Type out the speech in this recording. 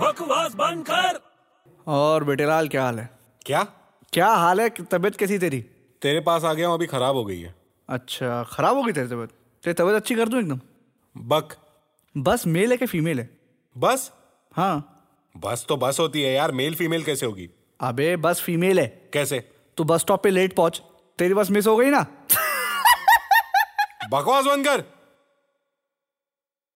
बकवास बंद कर और बेटेलाल क्या हाल है क्या क्या हाल है तबीयत कैसी तेरी तेरे पास आ गया हूँ अभी खराब हो गई है अच्छा खराब हो गई तेरी तबीयत तेरी तबीयत अच्छी कर दूं एकदम बक बस मेल है कि फीमेल है बस हाँ बस तो बस होती है यार मेल फीमेल कैसे होगी अबे बस फीमेल है कैसे तू बस स्टॉप पे लेट पहुंच तेरी बस मिस हो गई ना बकवास बंद कर